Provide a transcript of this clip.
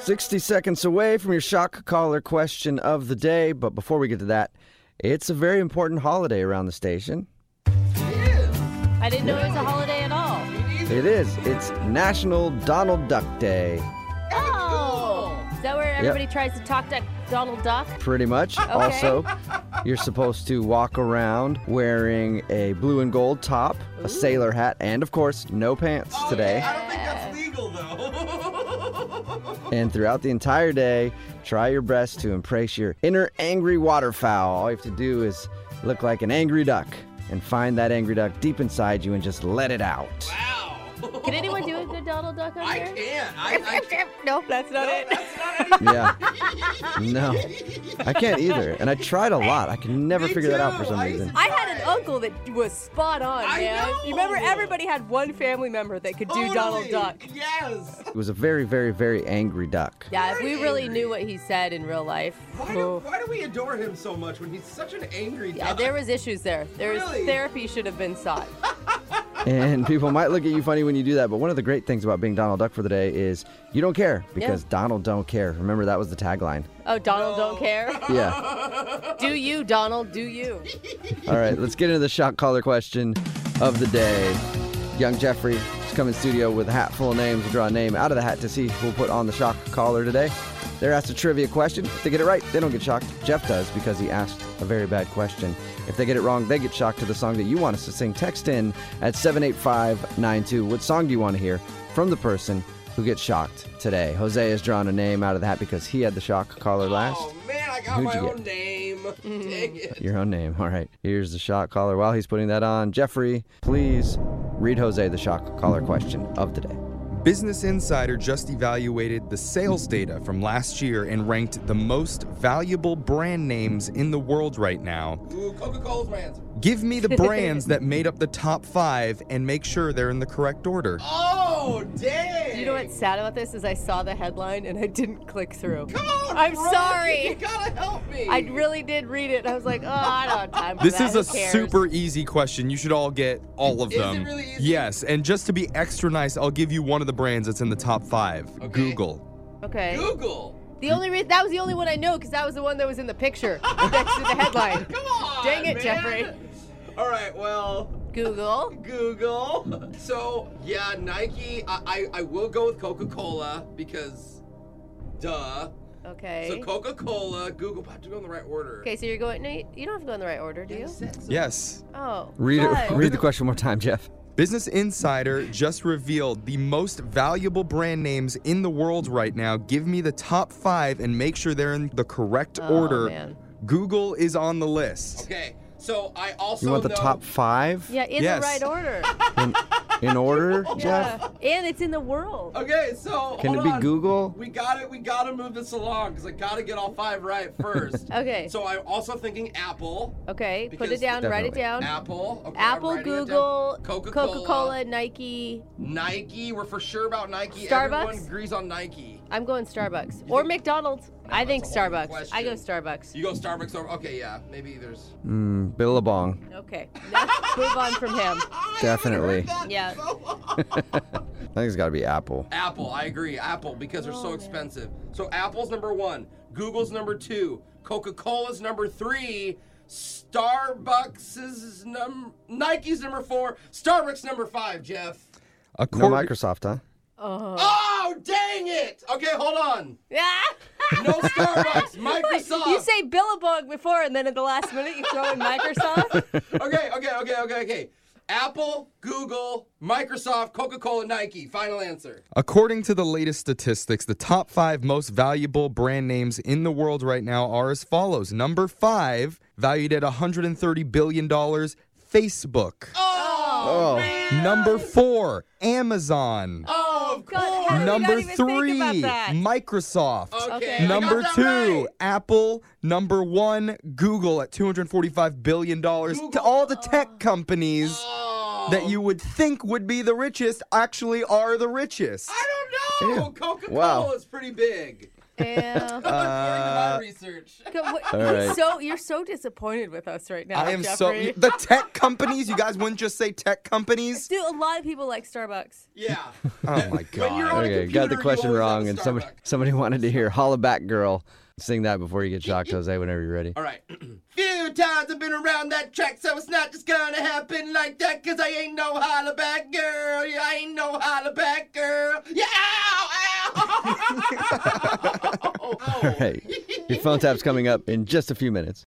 60 seconds away from your shock collar question of the day. But before we get to that, it's a very important holiday around the station. I didn't know it was a holiday at all. It is. It's National Donald Duck Day, Oh! Is that where everybody tries to talk to Donald Duck? pretty much. Also, you're supposed to walk around wearing a blue and gold top, a sailor hat, and of course, no pants today. I don't think that's legal though. And throughout the entire day, try your best to embrace your inner angry waterfowl. All you have to do is look like an angry duck and find that angry duck deep inside you and just let it out. Ow. Can anyone do a good Donald Duck on I here? can't. I, I can't. Nope, that's not it. That's not any- Yeah. No. I can't either. And I tried a lot. I can never Me figure that out too. for some I used reason. to- I had an uncle that was spot I on, Oh, man. know. You remember everybody had one family member that could do Donald Totally. Duck. Yes. It was a very, very, very angry duck. Yeah, if we Very really angry. knew what he said in real life. Why do, oh. why do we adore him so much when he's such an angry Yeah, duck? there was issues there. There was Really? therapy should have been sought. And people might look at you funny when you do that, but one of the great things about being Donald Duck for the day is you don't care because Donald don't care. Remember that was the tagline. Oh, Donald don't care. Yeah. Do you, Donald? Do you? All right, let's get into the shock collar question of the day. Young Jeffrey has come in studio with a hat full of names. We'll draw a name out of the hat to see who will put on the shock collar today. They're asked a trivia question. If they get it right, they don't get shocked. Jeff does because he asked a very bad question. If they get it wrong, they get shocked to the song that you want us to sing. Text in at 78592. What song do you want to hear from the person who gets shocked today? Jose has drawn a name out of the hat because he had the shock collar last. Oh man, I got Who'd my you get? own name. Mm-hmm. Dang it. Your own name. All right. Here's the shock collar. While he's putting that on, Jeffrey, please read Jose the shock collar question of the day. Business Insider just evaluated the sales data from last year and ranked the most valuable brand names in the world right now. Ooh, Coca-Cola's my answer. Give me the brands that made up the top five and make sure they're in the correct order. Oh, dang. You know what's sad about this is I saw the headline and I didn't click through. Come on, I'm bro. sorry. Oh, You gotta help me. I really did read it. I was like, oh, I don't have time for This that. is a Who cares? super easy question. You should all get all of Is it them. really easy? Yes, and just to be extra nice, I'll give you one of the brands that's in the top five. Okay. Google. Okay. Google. The only reason that was the only one I know because that was the one that was in the picture next to the headline. Come on. Dang it, man. Jeffrey. All right, well, Google. Google. So yeah, Nike. I I, I will go with Coca-Cola because, duh. Okay. So Coca-Cola, Google. I have to go in the right order. okay, so you're going. No, you you don't have to go in the right order, do you? Yes. Oh. Read it, God. read the question one more time, Jeff. Business Insider just revealed the most valuable brand names in the world right now. Give me the top five and make sure they're in the correct Oh, order. man. Google is on the list. Okay. So I also You want the know- top five Yeah, in Yes. the right order. in order, Jeff? yeah. And it's in the world. Okay, so Can hold it be on. Google? We got it. We got to move this along because I got to get all five right first. Okay. So I'm also thinking Apple. Okay, put Because- it down, write it Definitely. down. Apple. Okay, I'm Apple, writing it down. Google, Coca-Cola, Cola, Nike. Nike. We're for sure about Nike. Everyone Starbucks? agrees on Nike. I'm going Starbucks or McDonald's. I think Oh, that's a whole Starbucks. I go question. Starbucks. You go Starbucks over. Okay, yeah, maybe there's. Mm, Billabong. Okay, let's move on from him. Definitely. Yeah. I think it's got to be Apple. Apple. I agree. Apple because Oh, they're so expensive. So Apple's number one. Google's number two. Coca-Cola's number three. Starbucks is num. Nike's number four. Starbucks number five. Jeff. No According, Microsoft, huh? Oh dang it! Okay, hold on. Ah! No Starbucks. Microsoft. You say Billabong before, and then at the last minute you throw in Microsoft. okay, okay, okay, okay, okay. Apple, Google, Microsoft, Coca-Cola, Nike. Final answer. according to the latest statistics, the top five most valuable brand names in the world right now are as follows. Number five, valued at $130 billion, Facebook. Oh, Number four, Amazon. Oh, of God, course. how- did I Number even think about three, that? Microsoft. Okay. Okay. I got Number that two, right. Apple. Number one, Google at $245 billion. To all the tech companies Oh. that you would think would be the richest actually are the richest. I don't know. Coca-Cola Wow. is pretty big. Yeah. According to my research. Go- wh- All you're right. So you're so disappointed with us right now. I am Jeffrey. so the tech companies. You guys wouldn't just say tech companies. Dude, a lot of people like Starbucks. Yeah. Oh my When you're on a god. Okay, computer, got the you question always have wrong, a and somebody Starbucks. somebody wanted to hear "Holla Back Girl." Sing that before you get shocked, Jose. Whenever you're ready. All right. Few times I've been around that track, so it's not just gonna happen like that, cause I ain't no holla back girl. Yeah, I ain't no holla back girl. Yeah, ow, ow. Oh. All right, your phone tap's coming up in just a few minutes.